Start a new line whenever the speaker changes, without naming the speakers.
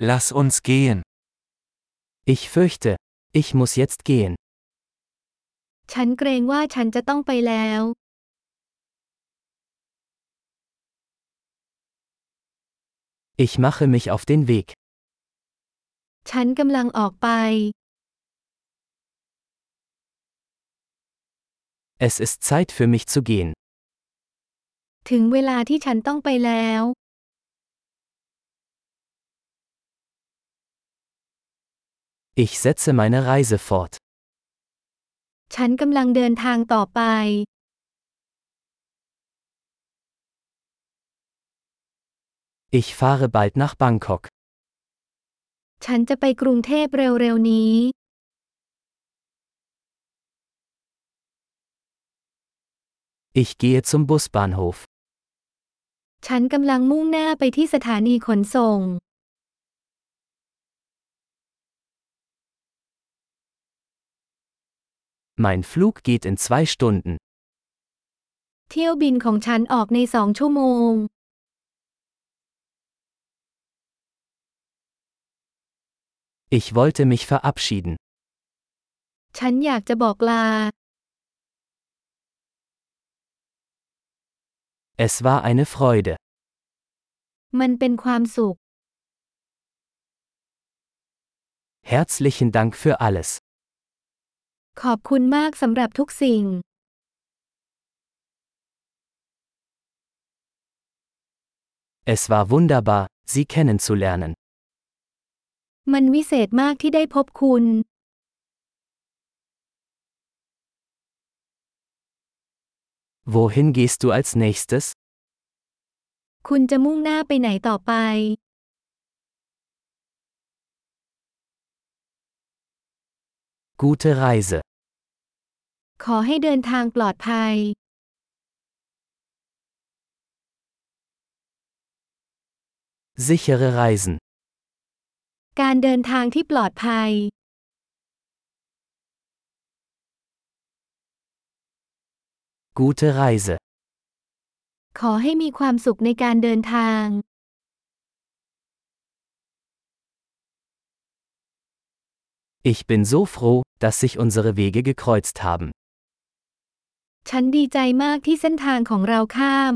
Lass uns gehen.
Ich fürchte, ich muss jetzt gehen.
ฉันเกรงว่าฉันจะต้องไปแล้ว
Ich mache mich auf den Weg.
ฉันกำลังออกไป
Es ist Zeit für mich zu gehen.
ถึงเวลาที่ฉันต้องไปแล้ว
Ich setze meine Reise fort.
ฉันกำลังเดินทางต่อไป
Ich fahre bald nach Bangkok.
ฉันจะไปกรุงเทพเร็วๆนี้
Ich gehe zum Busbahnhof.
ฉันกำลังมุ่งหน้าไปที่สถานีขนส่ง
Mein Flug geht in zwei Stunden.
เที่ยวบินของฉันออกในสองชั่วโมง
Ich wollte mich verabschieden.
ฉันอยากจะบอกลา
Es war eine Freude.
มันเป็นความสุข
Herzlichen Dank für alles.
ขอบคุณมากสำหรับทุกสิ่ง
Es war wunderbar, Sie kennenzulernen.
มันวิเศษมากที่ได้พบคุณ
Wohin gehst du als nächstes?
คุณจะมุ่งหน้าไปไหนต่อไป
Gute Reise.
ขอให้เดินทางปลอดภัย
Sichere Reisen.
การเดินทางที่ปลอดภัย
Gute Reise.
ขอให้มีความสุขในการเดินทาง
Ich bin so froh, dass sich unsere Wege gekreuzt haben.
ฉันดีใจมากที่เส้นทางของเราข้าม